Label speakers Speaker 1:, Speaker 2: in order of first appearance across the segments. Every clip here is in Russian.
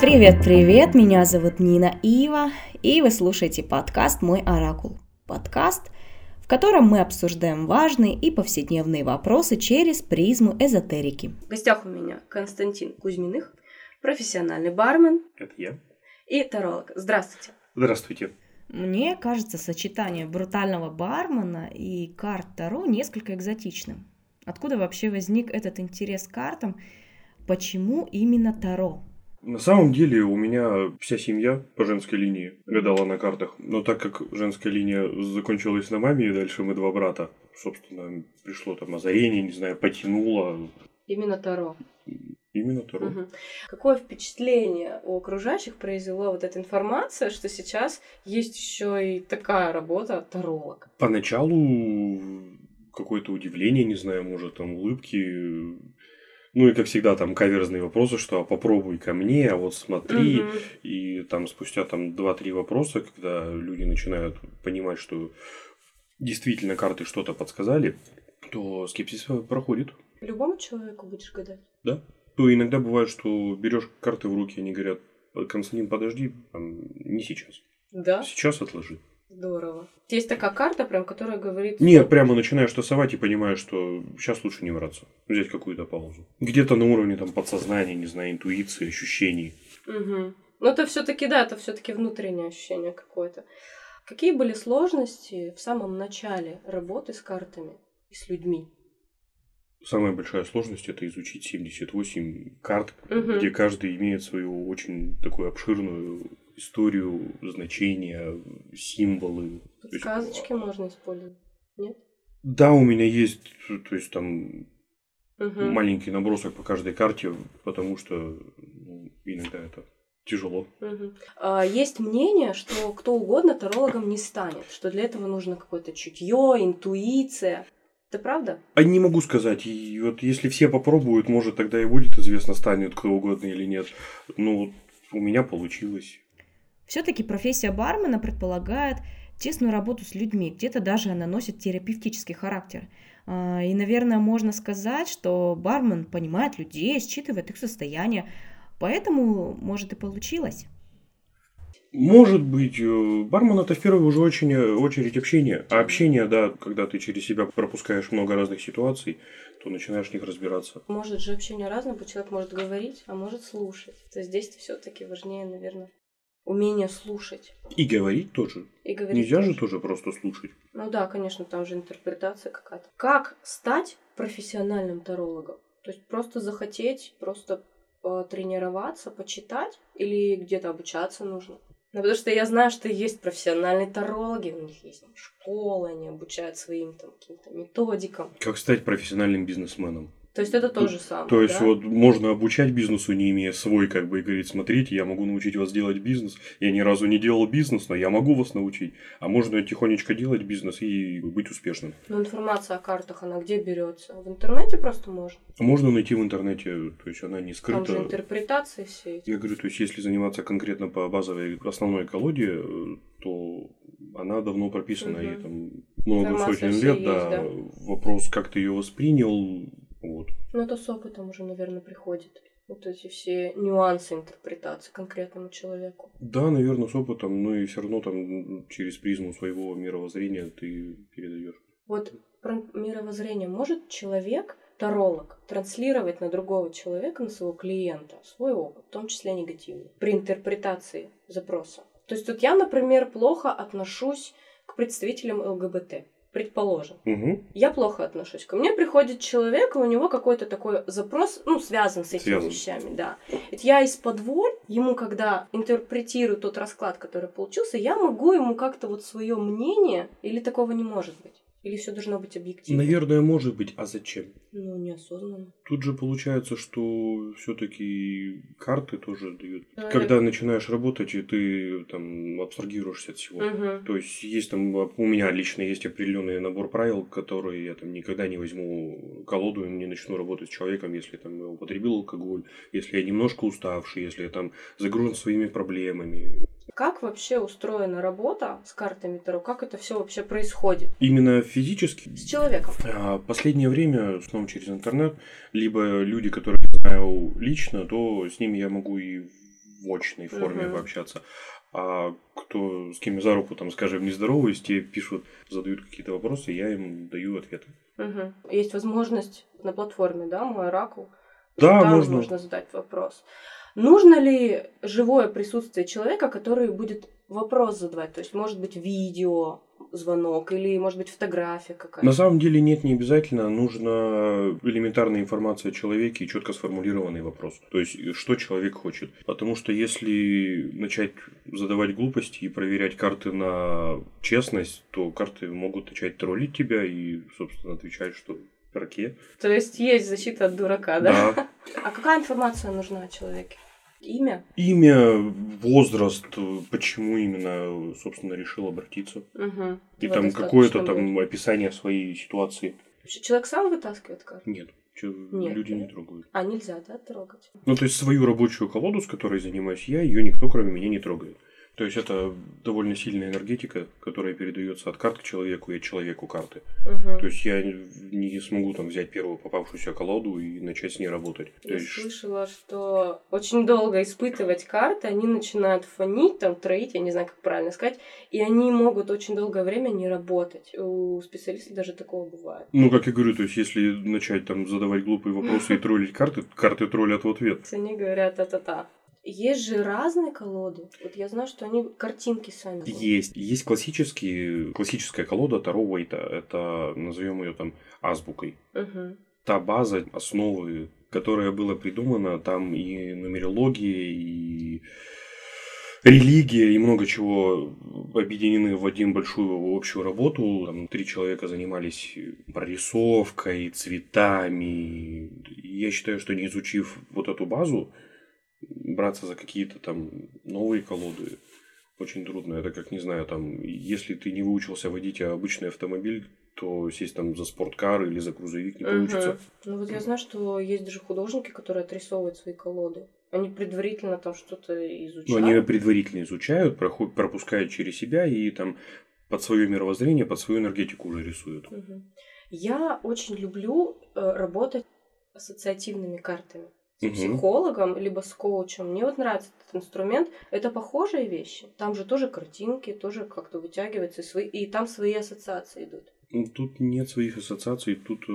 Speaker 1: Привет-привет, меня зовут Нина Ива, и вы слушаете подкаст «Мой оракул». Подкаст, в котором мы обсуждаем важные и повседневные вопросы через призму эзотерики.
Speaker 2: В гостях у меня Константин Кузьминых, профессиональный бармен
Speaker 3: Это я.
Speaker 2: и таролог. Здравствуйте.
Speaker 3: Здравствуйте.
Speaker 1: Мне кажется сочетание брутального бармена и карт Таро несколько экзотичным. Откуда вообще возник этот интерес к картам? Почему именно Таро?
Speaker 3: На самом деле у меня вся семья по женской линии гадала на картах. Но так как женская линия закончилась на маме, и дальше мы два брата, собственно, пришло там озарение, не знаю, потянуло.
Speaker 2: Именно Таро.
Speaker 3: Именно Таро.
Speaker 2: Мгм. Какое впечатление у окружающих произвела вот эта информация, что сейчас есть еще и такая работа таролог?
Speaker 3: Поначалу какое-то удивление, не знаю, может, там улыбки. Ну и, как всегда, там каверзные вопросы, что «а попробуй ко мне, а вот смотри,
Speaker 2: Мгм.
Speaker 3: И там спустя там 2-3 вопроса, когда люди начинают понимать, что действительно карты что-то подсказали, то скепсис проходит.
Speaker 2: Любому человеку будешь гадать?
Speaker 3: То иногда бывает, что берешь карты в руки, они говорят, Константин, подожди, там, не сейчас.
Speaker 2: Да?
Speaker 3: Сейчас отложи.
Speaker 2: Здорово. Есть такая карта, прям, которая говорит...
Speaker 3: Нет, прямо начинаешь тасовать и понимаешь, что сейчас лучше не браться. Взять какую-то паузу. Где-то на уровне там подсознания, не знаю, интуиции, ощущений.
Speaker 2: Мгм. Ну, это все-таки, да, это все-таки внутреннее ощущение какое-то. Какие были сложности в самом начале работы с картами и с людьми?
Speaker 3: Самая большая сложность это изучить 78 карт,
Speaker 2: Мгм.
Speaker 3: где каждый имеет свою очень такую обширную историю, значения, символы. То есть,
Speaker 2: Подсказочки можно использовать.
Speaker 3: Да, у меня есть, то есть там
Speaker 2: Мгм.
Speaker 3: маленький набросок по каждой карте, потому что ну, иногда это тяжело.
Speaker 2: Мгм. А, Есть мнение, что кто угодно тарологом не станет, что для этого нужно какое-то чутье, интуиция. Это правда?
Speaker 3: А не могу сказать, и вот если все попробуют, может тогда и будет известно, станет кто угодно или нет. Ну, вот у меня получилось.
Speaker 1: Все-таки профессия бармена предполагает тесную работу с людьми, где-то даже она носит терапевтический характер. А, И, наверное, можно сказать, что бармен понимает людей, считывает их состояние, поэтому, может, и получилось.
Speaker 3: Может быть, э, бармен это в первую же очередь, э, очередь общение. А общение, да, когда ты через себя пропускаешь много разных ситуаций, то начинаешь в них разбираться.
Speaker 2: Может же общение разное, быть, человек может говорить, а может слушать. То есть здесь все-таки важнее, наверное, умение слушать
Speaker 3: И говорить тоже.
Speaker 2: и говорить.
Speaker 3: Нельзя же
Speaker 2: тоже.
Speaker 3: тоже просто слушать.
Speaker 2: Ну да, конечно, там же интерпретация какая-то. Как стать профессиональным тарологом? То есть просто захотеть, просто потренироваться, почитать или где-то обучаться нужно? Ну, потому что я знаю, что есть профессиональные тарологи, у них есть там школы, они обучают своим там каким-то методикам.
Speaker 3: Как стать профессиональным бизнесменом.
Speaker 2: То есть это то же самое.
Speaker 3: То есть
Speaker 2: да?
Speaker 3: вот можно обучать бизнесу, не имея свой, как бы, и говорить, смотрите, я могу научить вас делать бизнес. Я ни разу не делал бизнес, но я могу вас научить. А можно тихонечко делать бизнес и быть успешным.
Speaker 2: Но информация о картах, она где берется? В интернете просто можно.
Speaker 3: Можно найти в интернете, то есть она не скрыта.
Speaker 2: Там же интерпретации все эти.
Speaker 3: Я говорю, то есть если заниматься конкретно по базовой основной колоде, э, то она давно прописана,
Speaker 2: Мгм.
Speaker 3: ей там много
Speaker 2: Информация
Speaker 3: сотен
Speaker 2: вся
Speaker 3: лет,
Speaker 2: есть,
Speaker 3: да.
Speaker 2: да.
Speaker 3: Вопрос, как ты ее воспринял, вот.
Speaker 2: Ну, это с опытом уже, наверное, приходит. Вот эти все нюансы интерпретации конкретному человеку.
Speaker 3: Да, наверное, с опытом, но и все равно там через призму своего мировоззрения ты передаешь.
Speaker 2: Вот про мировоззрение может человек, таролог, транслировать на другого человека, на своего клиента, свой опыт, в том числе негативный, при интерпретации запроса. То есть вот я, например, плохо отношусь к представителям ЛГБТ, предположим.
Speaker 3: Угу.
Speaker 2: Я плохо отношусь. Ко мне приходит человек, и у него какой-то такой запрос, ну, связан с этими
Speaker 3: Связан.
Speaker 2: вещами, да. Ведь я из-под воль, ему когда интерпретирую тот расклад, который получился, я могу ему как-то вот свое мнение, или такого не может быть. Или все должно быть объективно.
Speaker 3: Наверное, может быть, а зачем?
Speaker 2: Ну, неосознанно.
Speaker 3: Тут же получается, что все-таки карты тоже дают.
Speaker 2: Да,
Speaker 3: Когда начинаешь работать, и ты там абстрагируешься от всего.
Speaker 2: Мгм.
Speaker 3: То есть есть там, а, у меня лично есть определенный набор правил, которые я там никогда не возьму колоду и не начну работать с человеком, если там я употребил алкоголь, если я немножко уставший, если я там загружен своими проблемами.
Speaker 2: Как вообще устроена работа с картами Таро? Как это все вообще происходит?
Speaker 3: Именно физически
Speaker 2: С человеком.
Speaker 3: А, Последнее время, в основном через интернет, либо люди, которых я знаю лично, то с ними я могу и в очной форме
Speaker 2: Мгм.
Speaker 3: пообщаться. А кто с кем я за руку, там, скажем, не здороваюсь, те пишут, задают какие-то вопросы, я им даю ответы.
Speaker 2: Мгм. Есть возможность на платформе, да, мой оракул.
Speaker 3: Да,
Speaker 2: Там
Speaker 3: можно.
Speaker 2: можно задать вопрос. Нужно ли живое присутствие человека, который будет вопрос задавать? То есть, может быть, видео, звонок или, может быть, фотография какая-то?
Speaker 3: На самом деле нет, не обязательно. Нужна элементарная информация о человеке и четко сформулированный вопрос. То есть, э, что человек хочет. Потому что если начать задавать глупости и проверять карты на честность, то карты могут начать троллить тебя и, собственно, отвечать, что раке.
Speaker 2: То есть, есть защита от дурака, да? А какая информация нужна о человеке? Имя?
Speaker 3: Имя, возраст, э, почему именно, э, собственно, решил обратиться.
Speaker 2: Угу.
Speaker 3: И там какое-то там описание своей ситуации.
Speaker 2: Человек сам вытаскивает карту?
Speaker 3: Нет, чё-
Speaker 2: Нет,
Speaker 3: люди не
Speaker 2: нет.
Speaker 3: трогают.
Speaker 2: А, нельзя, да, трогать?
Speaker 3: Ну, то есть свою рабочую колоду, с которой занимаюсь я, ее никто, кроме меня, не трогает. То есть это довольно сильная энергетика, которая передается от карты человеку и от человеку карты.
Speaker 2: Мгм.
Speaker 3: То есть я не смогу там взять первую попавшуюся колоду и начать с ней работать. То
Speaker 2: Я
Speaker 3: есть
Speaker 2: слышала, что очень долго испытывать карты, они начинают фонить, там, троить, я не знаю, как правильно сказать, и они могут очень долгое время не работать. У специалистов даже такого бывает.
Speaker 3: ну, как я говорю, то есть если начать там задавать глупые вопросы и троллить карты, карты троллят в ответ.
Speaker 2: То есть Они говорят та-та-та. Есть же разные колоды. Вот я знаю, что они картинки сами. делают.
Speaker 3: Есть. Есть классические, классическая колода Таро Уэйта. Это, назовем ее там, азбукой.
Speaker 2: Мгм.
Speaker 3: та база основы, которая была придумана, там и нумерология, и религия, и много чего объединены в один большую общую работу. Там три человека занимались прорисовкой, цветами. И Я считаю, что не изучив вот эту базу, браться за какие-то там новые колоды очень трудно. Это как, не знаю, там, если ты не выучился водить обычный автомобиль, то сесть там за спорткар или за грузовик не
Speaker 2: Мгм.
Speaker 3: получится.
Speaker 2: Ну вот я знаю, что есть даже художники, которые отрисовывают свои колоды. Они предварительно там что-то
Speaker 3: Но
Speaker 2: изучают.
Speaker 3: Ну, они предварительно изучают, проход- пропускают через себя и там под свое мировоззрение, под свою энергетику уже рисуют.
Speaker 2: Мгм. Я очень люблю э, работать ассоциативными картами с
Speaker 3: Мгм.
Speaker 2: психологом либо с коучем. Мне вот нравится этот инструмент. Это похожие вещи. Там же тоже картинки, тоже как-то вытягиваются и свои, и там свои ассоциации идут.
Speaker 3: Ну, Тут нет своих ассоциаций, тут э,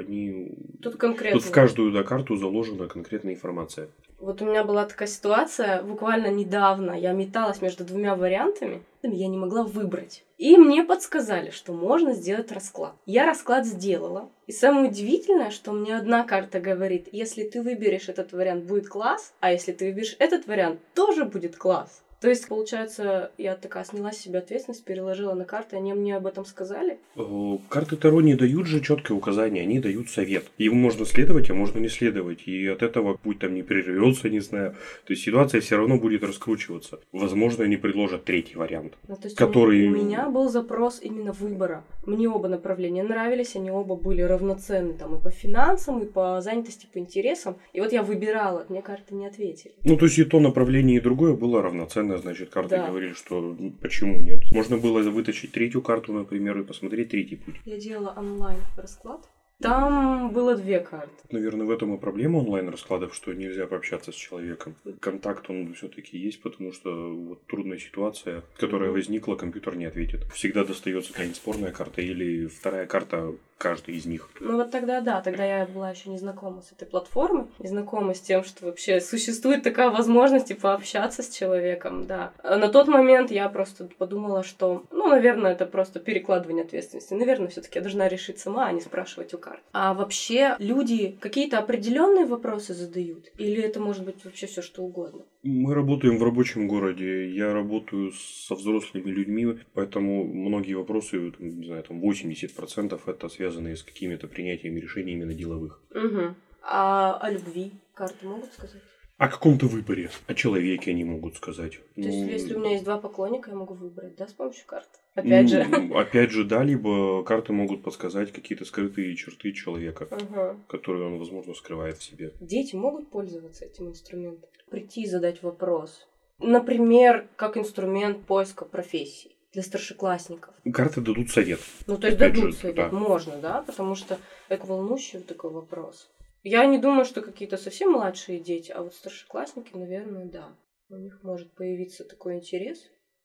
Speaker 3: они...
Speaker 2: Тут конкретно.
Speaker 3: Тут в каждую да, карту заложена конкретная информация.
Speaker 2: Вот у меня была такая ситуация буквально недавно. Я металась между двумя вариантами, я не могла выбрать. И мне подсказали, что можно сделать расклад. Я расклад сделала. И самое удивительное, что мне одна карта говорит, если ты выберешь этот вариант, будет класс, а если ты выберешь этот вариант, тоже будет класс. То есть, получается, я такая сняла с себя ответственность, переложила на карты, они мне об этом сказали.
Speaker 3: Э, Карты Таро не дают же четкое указание, они дают совет. Его можно следовать, а можно не следовать. И от этого путь там не прервется, не знаю. То есть ситуация все равно будет раскручиваться. Возможно, они предложат третий вариант.
Speaker 2: Ну, то есть
Speaker 3: Который-
Speaker 2: у меня был запрос именно выбора. Мне оба направления нравились, они оба были равноценны там и по финансам, и по занятости, по интересам. И вот я выбирала, мне карты не ответили.
Speaker 3: Ну, то есть и то направление, и другое было равноценно, значит, карты
Speaker 2: Да.
Speaker 3: говорили, что ну, почему нет. Можно было вытащить третью карту, например, и посмотреть третий путь.
Speaker 2: Я делала онлайн расклад. Там было две карты.
Speaker 3: Наверное, в этом и проблема онлайн-раскладов, что нельзя пообщаться с человеком. Контакт, он все-таки есть, потому что вот трудная ситуация, которая
Speaker 2: Мгм.
Speaker 3: возникла, компьютер не ответит. Всегда достается какая-нибудь спорная карта или вторая карта каждой из них.
Speaker 2: Ну вот тогда да, тогда я была еще не знакома с этой платформой, не знакома с тем, что вообще существует такая возможность и пообщаться с человеком, да. А На тот момент я просто подумала, что, ну, наверное, это просто перекладывание ответственности. Наверное, все-таки я должна решить сама, а не спрашивать у карт. А вообще люди какие-то определенные вопросы задают? Или это может быть вообще все что угодно?
Speaker 3: Мы работаем в рабочем городе, я работаю со взрослыми людьми, поэтому многие вопросы, там, не знаю, там 80% это связанные с какими-то принятиями решений именно деловых.
Speaker 2: Угу. А о любви карты могут сказать?
Speaker 3: О каком-то выборе, о человеке они могут сказать.
Speaker 2: То есть,
Speaker 3: Ну,
Speaker 2: если у меня есть два поклонника, я могу выбрать, да, с помощью карт? Опять же.
Speaker 3: м, Опять же, да, либо карты могут подсказать какие-то скрытые черты человека,
Speaker 2: Ага.
Speaker 3: которые он, возможно, скрывает в себе.
Speaker 2: Дети могут пользоваться этим инструментом? Прийти и задать вопрос. Например, как инструмент поиска профессий для старшеклассников.
Speaker 3: Карты дадут совет.
Speaker 2: Ну, то есть
Speaker 3: Опять
Speaker 2: дадут
Speaker 3: же,
Speaker 2: совет,
Speaker 3: да.
Speaker 2: можно, да, потому что это волнующий вот такой вопрос. Я не думаю, что какие-то совсем младшие дети, а вот старшеклассники, наверное, да. У них может появиться такой интерес,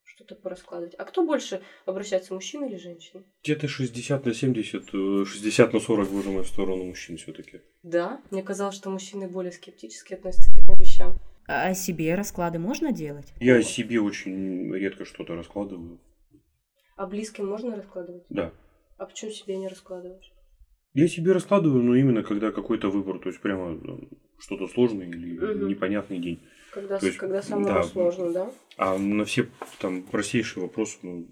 Speaker 2: что-то пораскладывать. А кто больше обращается, мужчина или женщина?
Speaker 3: Где-то 60 на 70, э, 60 на 40 выжимаю в сторону мужчин все-таки.
Speaker 2: Да, мне казалось, что мужчины более скептически относятся к этим вещам.
Speaker 1: А себе расклады можно делать?
Speaker 3: Я о себе очень редко что-то раскладываю.
Speaker 2: А близким можно раскладывать?
Speaker 3: Да.
Speaker 2: А почему себе не раскладываешь?
Speaker 3: Я себе раскладываю, но именно когда какой-то выбор, то есть прямо э, что-то сложное или
Speaker 2: Мгм.
Speaker 3: непонятный день.
Speaker 2: Когда,
Speaker 3: То есть,
Speaker 2: когда самому
Speaker 3: да.
Speaker 2: сложно, да?
Speaker 3: А на все там простейшие вопросы, ну,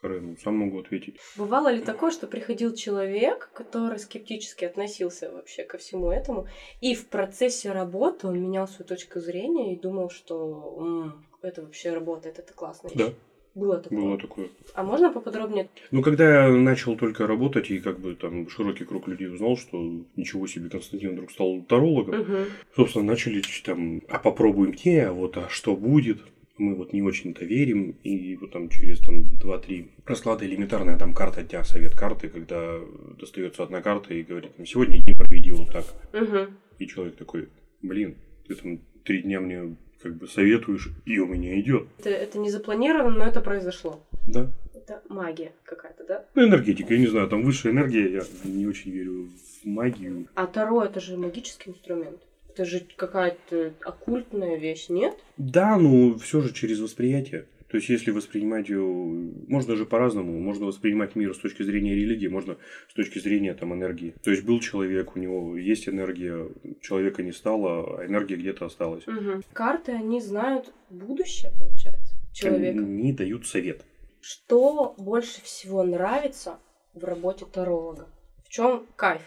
Speaker 3: хрен, ну, сам могу ответить.
Speaker 2: Бывало ли такое, что приходил человек, который скептически относился вообще ко всему этому, и в процессе работы он менял свою точку зрения и думал, что «М, это вообще работает, это классно.
Speaker 3: Да,
Speaker 2: Было такое.
Speaker 3: было такое.
Speaker 2: А можно поподробнее?
Speaker 3: Ну, когда я начал только работать и как бы там широкий круг людей узнал, что ничего себе, Константин вдруг стал тарологом,
Speaker 2: Мгм.
Speaker 3: собственно, начали ч- там, а попробуем те, а вот, а что будет? Мы вот не очень-то верим, и вот там через там 2-3 расклада элементарная там карта от тебя, совет карты, когда достается одна карта и говорит, там, сегодня не проведи вот так.
Speaker 2: Мгм.
Speaker 3: И человек такой, блин, ты там три дня мне как бы советуешь, и у меня идет.
Speaker 2: Это, это не запланировано, но это произошло.
Speaker 3: Да.
Speaker 2: Это магия какая-то, да?
Speaker 3: Ну, энергетика, я не знаю, там высшая энергия, я не очень верю в магию.
Speaker 2: А Таро это же магический инструмент. Это же какая-то оккультная вещь, нет?
Speaker 3: Да, ну все же через восприятие. То есть, если воспринимать ее, можно же по-разному, можно воспринимать мир с точки зрения религии, можно с точки зрения там энергии. То есть, был человек, у него есть энергия, человека не стало, а энергия где-то осталась.
Speaker 2: Мгм. Карты, они знают будущее, получается, человека.
Speaker 3: Они дают совет.
Speaker 2: Что больше всего нравится в работе таролога? В чем кайф?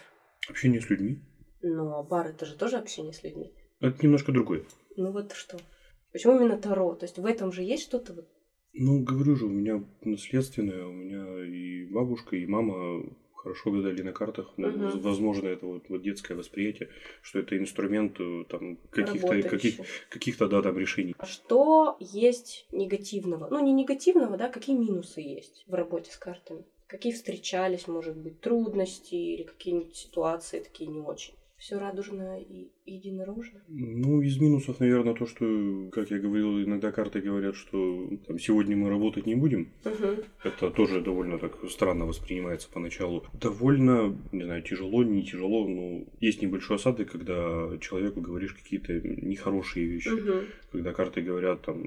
Speaker 3: Общение с людьми.
Speaker 2: Но а бар это же тоже общение с людьми.
Speaker 3: Это немножко другое.
Speaker 2: Ну вот что. Почему именно таро? То есть в этом же есть что-то вот.
Speaker 3: Ну, говорю же, у меня наследственное, у меня и бабушка, и мама хорошо гадали на картах. Ну,
Speaker 2: Мгм.
Speaker 3: воз- Возможно, это вот, вот детское восприятие, что это инструмент э, там каких-то каких,
Speaker 2: работающее?
Speaker 3: каких-то да там решений.
Speaker 2: А что есть негативного? Ну не негативного, да, какие минусы есть в работе с картами? Какие встречались, может быть, трудности или какие-нибудь ситуации такие не очень? Все радужно и единоружно.
Speaker 3: Ну, из минусов, наверное, то, что, как я говорил, иногда карты говорят, что ну, там сегодня мы работать не будем.
Speaker 2: Мгм.
Speaker 3: Это тоже довольно так странно воспринимается поначалу. Довольно, не знаю, тяжело, не тяжело, но есть небольшой осадок, когда человеку говоришь какие-то нехорошие вещи.
Speaker 2: Мгм.
Speaker 3: когда карты говорят, там,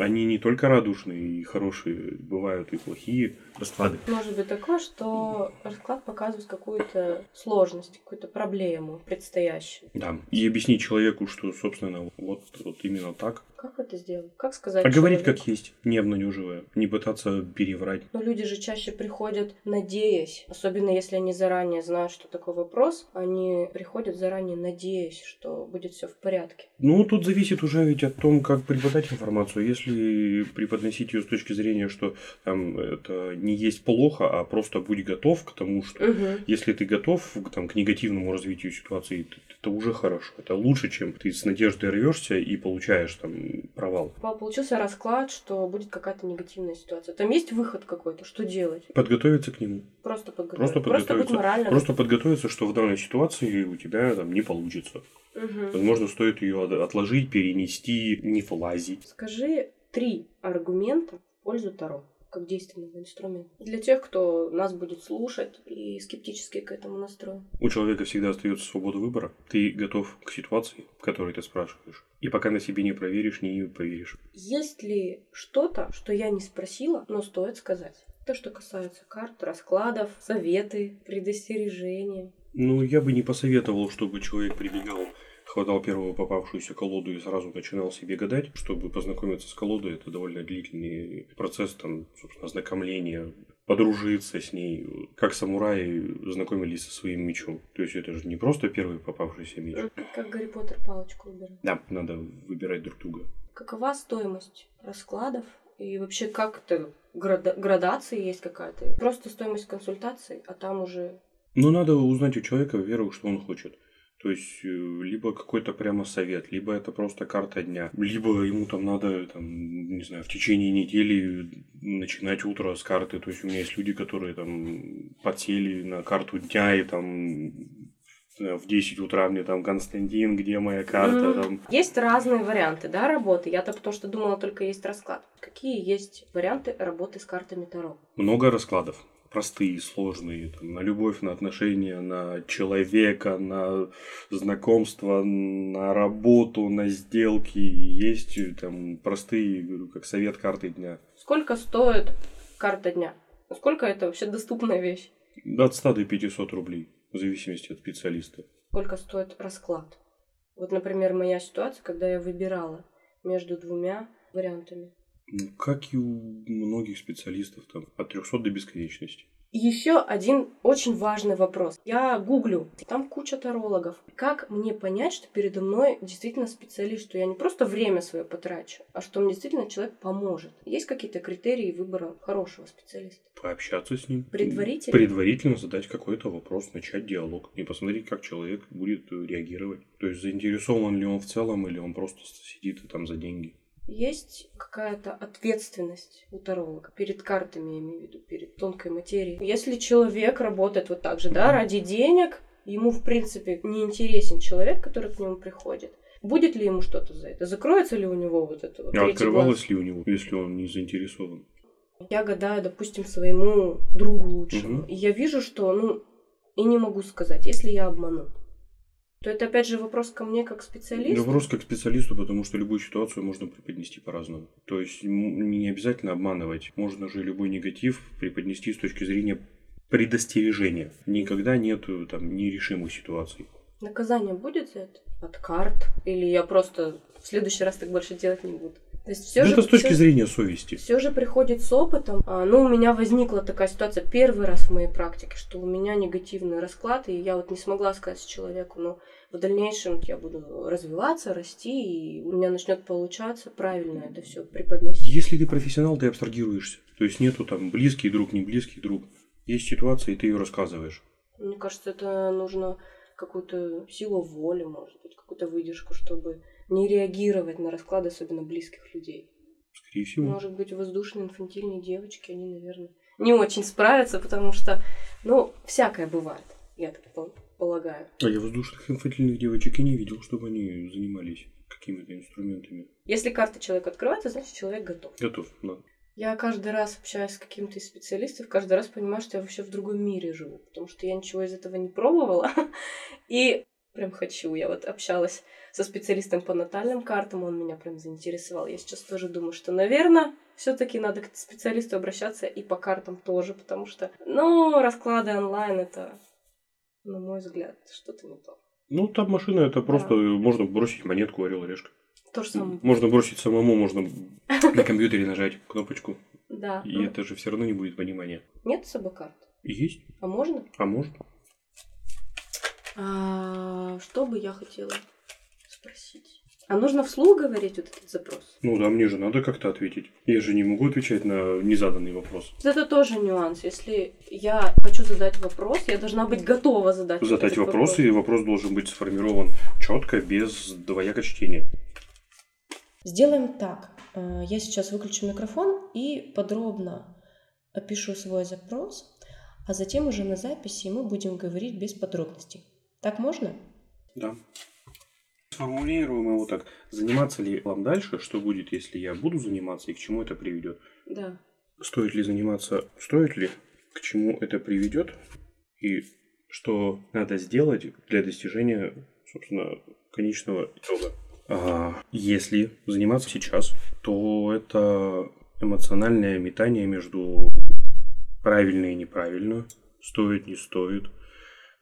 Speaker 3: они не только радушные и хорошие, бывают и плохие расклады.
Speaker 2: Может быть такое, что расклад показывает какую-то сложность, какую-то проблему предстоящую.
Speaker 3: Да. И объяснить человеку, что, собственно, вот, вот именно так.
Speaker 2: Как это сделать? Как сказать?
Speaker 3: а говорить
Speaker 2: человеку?
Speaker 3: как есть, не обнадеживая, не пытаться переврать.
Speaker 2: Но люди же чаще приходят, надеясь, особенно если они заранее знают, что такой вопрос, они приходят заранее, надеясь, что будет все в порядке.
Speaker 3: Ну, тут зависит уже ведь от том, как преподать информацию. Если преподносить ее с точки зрения, что там это не есть плохо, а просто будь готов к тому, что Если ты готов к, там, к негативному развитию ситуации, т- т- это уже хорошо. Это лучше, чем ты с надеждой рвешься и получаешь там провал.
Speaker 2: По- Получился расклад, что будет какая-то негативная ситуация. Там есть выход какой-то, что делать?
Speaker 3: Подготовиться к нему.
Speaker 2: Просто подготовиться.
Speaker 3: Просто
Speaker 2: быть
Speaker 3: подготовиться.
Speaker 2: морально.
Speaker 3: Просто подготовиться, что в данной ситуации у тебя там не получится.
Speaker 2: Мгм.
Speaker 3: Возможно, стоит ее от- отложить, перенести, не влазить.
Speaker 2: Скажи три аргумента в пользу Таро как действенного инструмента. Для тех, кто нас будет слушать и скептически к этому настроен.
Speaker 3: У человека всегда остается свобода выбора. Ты готов к ситуации, в которой ты спрашиваешь. И пока на себе не проверишь, не поверишь.
Speaker 2: Есть ли что-то, что я не спросила, но стоит сказать? То, что касается карт, раскладов, советы, предостережения.
Speaker 3: Ну, я бы не посоветовал, чтобы человек прибегал, хватал первую попавшуюся колоду и сразу начинал себе гадать. Чтобы познакомиться с колодой, это довольно длительный процесс, там, собственно, ознакомления, подружиться с ней, как самураи знакомились со своим мечом. То есть это же не просто первый попавшийся меч.
Speaker 2: Как Гарри Поттер палочку убирал.
Speaker 3: Да, надо выбирать друг друга.
Speaker 2: Какова стоимость раскладов? И вообще как это? града- градация есть какая-то? Просто стоимость консультации, а там уже
Speaker 3: Ну, Но надо узнать у человека, во-первых, что он хочет. То То есть, э, либо какой-то прямо совет, либо это просто карта дня, либо ему там надо, там, не знаю, в течение недели начинать утро с карты. То есть, у меня есть люди, которые там подсели на карту дня и там э, в 10 утра мне там Константин, где моя карта,
Speaker 2: Мгм.
Speaker 3: там
Speaker 2: Есть разные варианты, да, работы. Я-то потому что думала, только есть расклад. Какие есть варианты работы с картами Таро?
Speaker 3: много раскладов. Простые, сложные, там, на любовь, на отношения, на человека, на знакомство, на работу, на сделки. Есть э, там простые, говорю, как совет карты дня.
Speaker 2: Сколько стоит карта дня? Сколько это вообще доступная вещь?
Speaker 3: От 100 до 500 рублей, в зависимости от специалиста.
Speaker 2: Сколько стоит расклад? Вот, например, моя ситуация, когда я выбирала между двумя вариантами.
Speaker 3: Ну, Как и у многих специалистов, там, от 300 до бесконечности.
Speaker 2: Еще один очень важный вопрос. Я гуглю, там куча тарологов. Как мне понять, что передо мной действительно специалист, что я не просто время свое потрачу, а что мне действительно человек поможет? Есть какие-то критерии выбора хорошего специалиста?
Speaker 3: Пообщаться с ним.
Speaker 2: Предварительно?
Speaker 3: Предварительно задать какой-то вопрос, начать диалог и посмотреть, как человек будет э, реагировать. То есть, заинтересован ли он в целом, или он просто сидит и там за деньги.
Speaker 2: Есть какая-то ответственность у таролога перед картами, я имею в виду, перед тонкой материей. Если человек работает вот так же, да,
Speaker 3: Мгм.
Speaker 2: ради денег, ему, в принципе, не интересен человек, который к нему приходит, будет ли ему что-то за это? Закроется ли у него вот это вот?
Speaker 3: А
Speaker 2: третий глаз?
Speaker 3: открывалось ли у него, если он не заинтересован?
Speaker 2: Я гадаю, допустим, своему другу лучшему.
Speaker 3: Мгм.
Speaker 2: И я вижу, что, ну, и не могу сказать, если я обману. То это, опять же, вопрос ко мне как специалисту.
Speaker 3: Вопрос как к специалисту, потому что любую ситуацию можно преподнести по-разному. То есть м, не обязательно обманывать. Можно же любой негатив преподнести с точки зрения предостережения. Никогда нет э, там нерешимых ситуаций.
Speaker 2: Наказание будет за это? От карт? Или я просто в следующий раз так больше делать не буду? То есть все
Speaker 3: Да
Speaker 2: же...
Speaker 3: это с точки
Speaker 2: всё-
Speaker 3: зрения совести.
Speaker 2: Все же приходит с опытом. А, ну, у меня возникла такая ситуация первый раз в моей практике, что у меня негативный расклад, и я вот не смогла сказать человеку, но в дальнейшем я буду развиваться, расти, и у меня начнет получаться правильно это все преподносить.
Speaker 3: Если ты профессионал, ты абстрагируешься. То есть нету там близкий друг, не близкий друг. Есть ситуация, и ты ее рассказываешь.
Speaker 2: Мне кажется, это нужно какую-то силу воли, может быть, какую-то выдержку, чтобы не реагировать на расклады, особенно близких людей.
Speaker 3: Скорее всего.
Speaker 2: Может быть, воздушные инфантильные девочки, они, наверное, не очень справятся, потому что, ну, всякое бывает, я так пол- полагаю.
Speaker 3: А я воздушных инфантильных девочек и не видел, чтобы они занимались какими-то инструментами.
Speaker 2: Если карта человека открывается, значит, человек готов.
Speaker 3: Готов. на.
Speaker 2: Я каждый раз общаюсь с каким-то из специалистов, каждый раз понимаю, что я вообще в другом мире живу, потому что я ничего из этого не пробовала. И прям хочу. Я вот общалась со специалистом по натальным картам, он меня прям заинтересовал. Я сейчас тоже думаю, что, наверное, все-таки надо к специалисту обращаться и по картам тоже, потому что, ну, расклады онлайн это, на мой взгляд, что-то не то.
Speaker 3: Ну, там машина это просто можно бросить монетку, орел и решка.
Speaker 2: То же самое.
Speaker 3: Можно бросить самому, можно на компьютере нажать кнопочку.
Speaker 2: Да. Ну,
Speaker 3: И это же все равно не будет понимания.
Speaker 2: Нет с собой карт?
Speaker 3: Есть?
Speaker 2: А можно?
Speaker 3: А может?
Speaker 2: А, что бы я хотела спросить? А нужно вслух говорить вот этот запрос?
Speaker 3: Ну да, мне же надо как-то ответить. Я же не могу отвечать на незаданный вопрос.
Speaker 2: Вот Это тоже нюанс. Если я хочу задать вопрос, я должна быть готова задать. вот
Speaker 3: задать
Speaker 2: этот
Speaker 3: вопросы,
Speaker 2: вопрос.
Speaker 3: и вопрос должен быть сформирован четко, без двоякочтения.
Speaker 2: Сделаем так. Э, Я сейчас выключу микрофон и подробно опишу свой запрос, а затем уже на записи мы будем говорить без подробностей. Так можно?
Speaker 3: Да. Сформулируем его так. Заниматься ли вам дальше? Что будет, если я буду заниматься и к чему это приведет?
Speaker 2: Да.
Speaker 3: Стоит ли заниматься? Стоит ли? К чему это приведет? И что надо сделать для достижения, собственно, конечного итога? А, если заниматься сейчас, то это эмоциональное метание между правильно и неправильно, стоит, не стоит.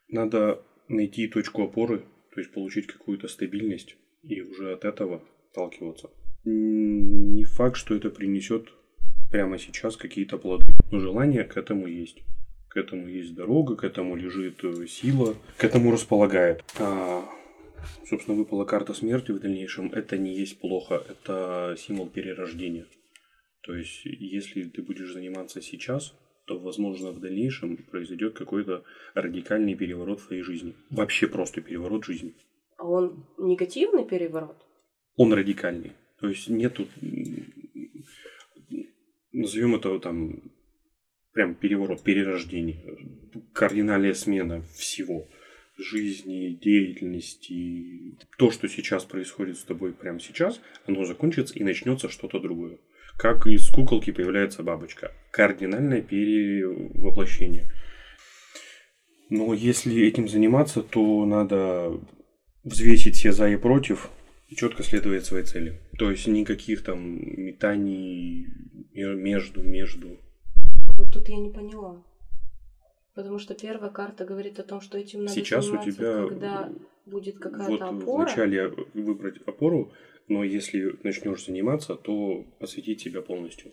Speaker 3: Надо найти точку опоры, то есть получить какую-то стабильность и уже от этого сталкиваться. М, Не факт, что это принесет прямо сейчас какие-то плоды, но желание к этому есть. К этому есть дорога, к этому лежит э, сила, к этому располагает. А, собственно, выпала карта смерти в дальнейшем. Это не есть плохо, это символ перерождения. То есть, если ты будешь заниматься сейчас, то, возможно, в дальнейшем произойдет какой-то радикальный переворот в твоей жизни. Вообще просто переворот жизни.
Speaker 2: А он негативный переворот?
Speaker 3: Он радикальный. То есть нету, м, назовем это там, прям переворот, перерождение, кардинальная смена всего жизни, деятельности. То, что сейчас происходит с тобой прямо сейчас, оно закончится и начнется что-то другое. Как из куколки появляется бабочка. Кардинальное перевоплощение. Но если этим заниматься, то надо взвесить все за и против и четко следовать своей цели. То есть никаких там метаний мер- между, между.
Speaker 2: Вот тут я не поняла. Потому что первая карта говорит о том, что этим надо
Speaker 3: Сейчас у
Speaker 2: заниматься,
Speaker 3: тебя
Speaker 2: когда будет какая-то
Speaker 3: вот
Speaker 2: опора.
Speaker 3: вначале выбрать опору, но если начнешь заниматься, то посвятить себя полностью.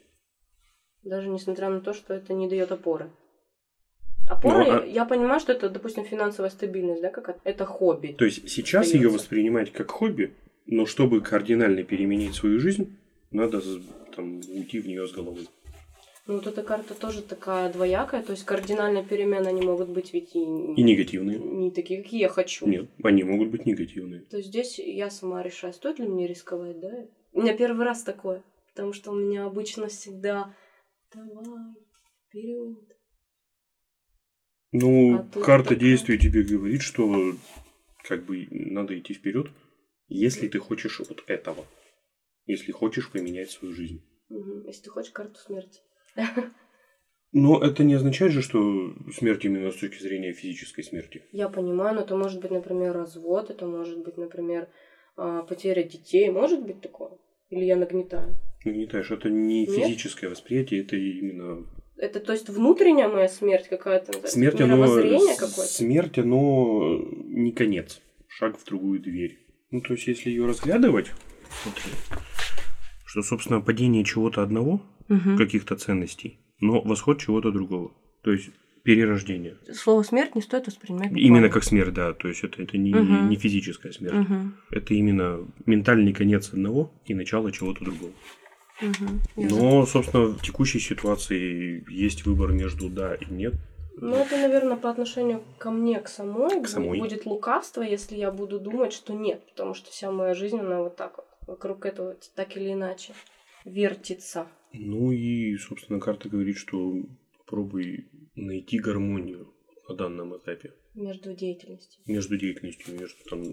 Speaker 2: Даже несмотря на то, что это не дает опоры. Опоры,
Speaker 3: Ну, а-
Speaker 2: я понимаю, что это, допустим, финансовая стабильность, да, как это хобби.
Speaker 3: То есть сейчас ее
Speaker 2: Остаётся.
Speaker 3: воспринимать как хобби, но чтобы кардинально переменить свою жизнь, надо з- там уйти в нее с головой.
Speaker 2: Ну, вот эта карта тоже такая двоякая, то есть кардинальные перемены, они могут быть ведь и,
Speaker 3: И негативные.
Speaker 2: не такие, как я хочу.
Speaker 3: Нет, они могут быть негативные.
Speaker 2: То есть здесь я сама решаю, стоит ли мне рисковать, да? У меня первый раз такое, потому что у меня обычно всегда давай, вперед.
Speaker 3: Ну,
Speaker 2: А тут
Speaker 3: карта
Speaker 2: такая.
Speaker 3: действий тебе говорит, что как бы надо идти вперед, если ты хочешь вот этого. Если хочешь поменять свою жизнь.
Speaker 2: Мгм. Если ты хочешь карту смерти.
Speaker 3: Но это не означает же, что смерть именно с точки зрения физической смерти.
Speaker 2: Я понимаю, но это может быть, например, развод, это может быть, например, а, потеря детей. Может быть такое? Или я нагнетаю?
Speaker 3: Нагнетаешь, это Ну, не
Speaker 2: Нет?
Speaker 3: физическое восприятие, это именно...
Speaker 2: Это, то есть, внутренняя моя смерть какая-то? то есть
Speaker 3: Смерть, оно...
Speaker 2: мировоззрение какое-то?
Speaker 3: Смерть, оно не конец. Шаг в другую дверь. Ну, то есть, если ее разглядывать, вот, что, собственно, падение чего-то одного, каких-то ценностей, но восход чего-то другого. То есть, перерождение.
Speaker 2: Слово «смерть» не стоит воспринимать
Speaker 3: Именно как смерть, да. То есть, это, это не,
Speaker 2: Мгм.
Speaker 3: не физическая смерть. Это именно ментальный конец одного и начало чего-то другого. Но, собственно, в текущей ситуации есть выбор между да и нет.
Speaker 2: Ну, это, наверное, по отношению ко мне, к самой.
Speaker 3: К самой.
Speaker 2: Будет лукавство, если я буду думать, что нет. Потому что вся моя жизнь, она вот так вот. Вокруг этого так или иначе вертится.
Speaker 3: Ну и, собственно, карта говорит, что попробуй найти гармонию на данном этапе
Speaker 2: Между деятельностью.
Speaker 3: между деятельностью, между там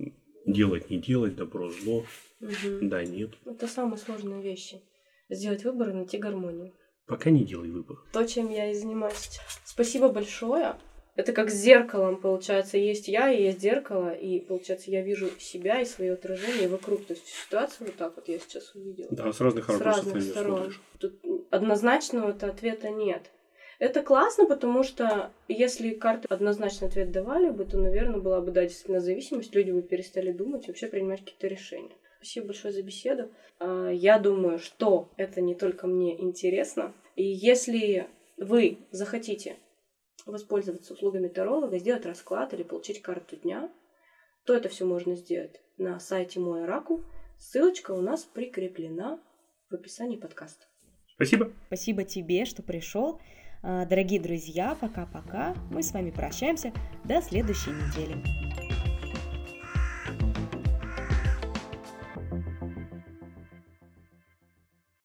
Speaker 3: делать, не делать, добро, зло,
Speaker 2: Мгм.
Speaker 3: да, нет.
Speaker 2: Это самые сложные вещи. Сделать выбор и найти гармонию.
Speaker 3: Пока не делай выбор.
Speaker 2: То, чем я и занимаюсь. Спасибо большое. Это как с зеркалом, получается, есть я и есть зеркало, и, получается, я вижу себя и свое отражение и вокруг. То есть ситуацию вот так вот я сейчас увидела.
Speaker 3: Да, с разных
Speaker 2: с разных
Speaker 3: ракурсов не
Speaker 2: сторон.
Speaker 3: смотришь.
Speaker 2: Тут однозначного-то ответа нет. Это классно, потому что если карты однозначный ответ давали бы, то, наверное, была бы, да, действительно зависимость, люди бы перестали думать и вообще принимать какие-то решения. Спасибо большое за беседу. А, Я думаю, что это не только мне интересно. И если вы захотите воспользоваться услугами таролога, сделать расклад или получить карту дня, то это все можно сделать на сайте Мой Оракул. Ссылочка у нас прикреплена в описании подкаста.
Speaker 3: Спасибо.
Speaker 1: Спасибо тебе, что пришел. А, Дорогие друзья, пока-пока. Мы с вами прощаемся. До следующей недели.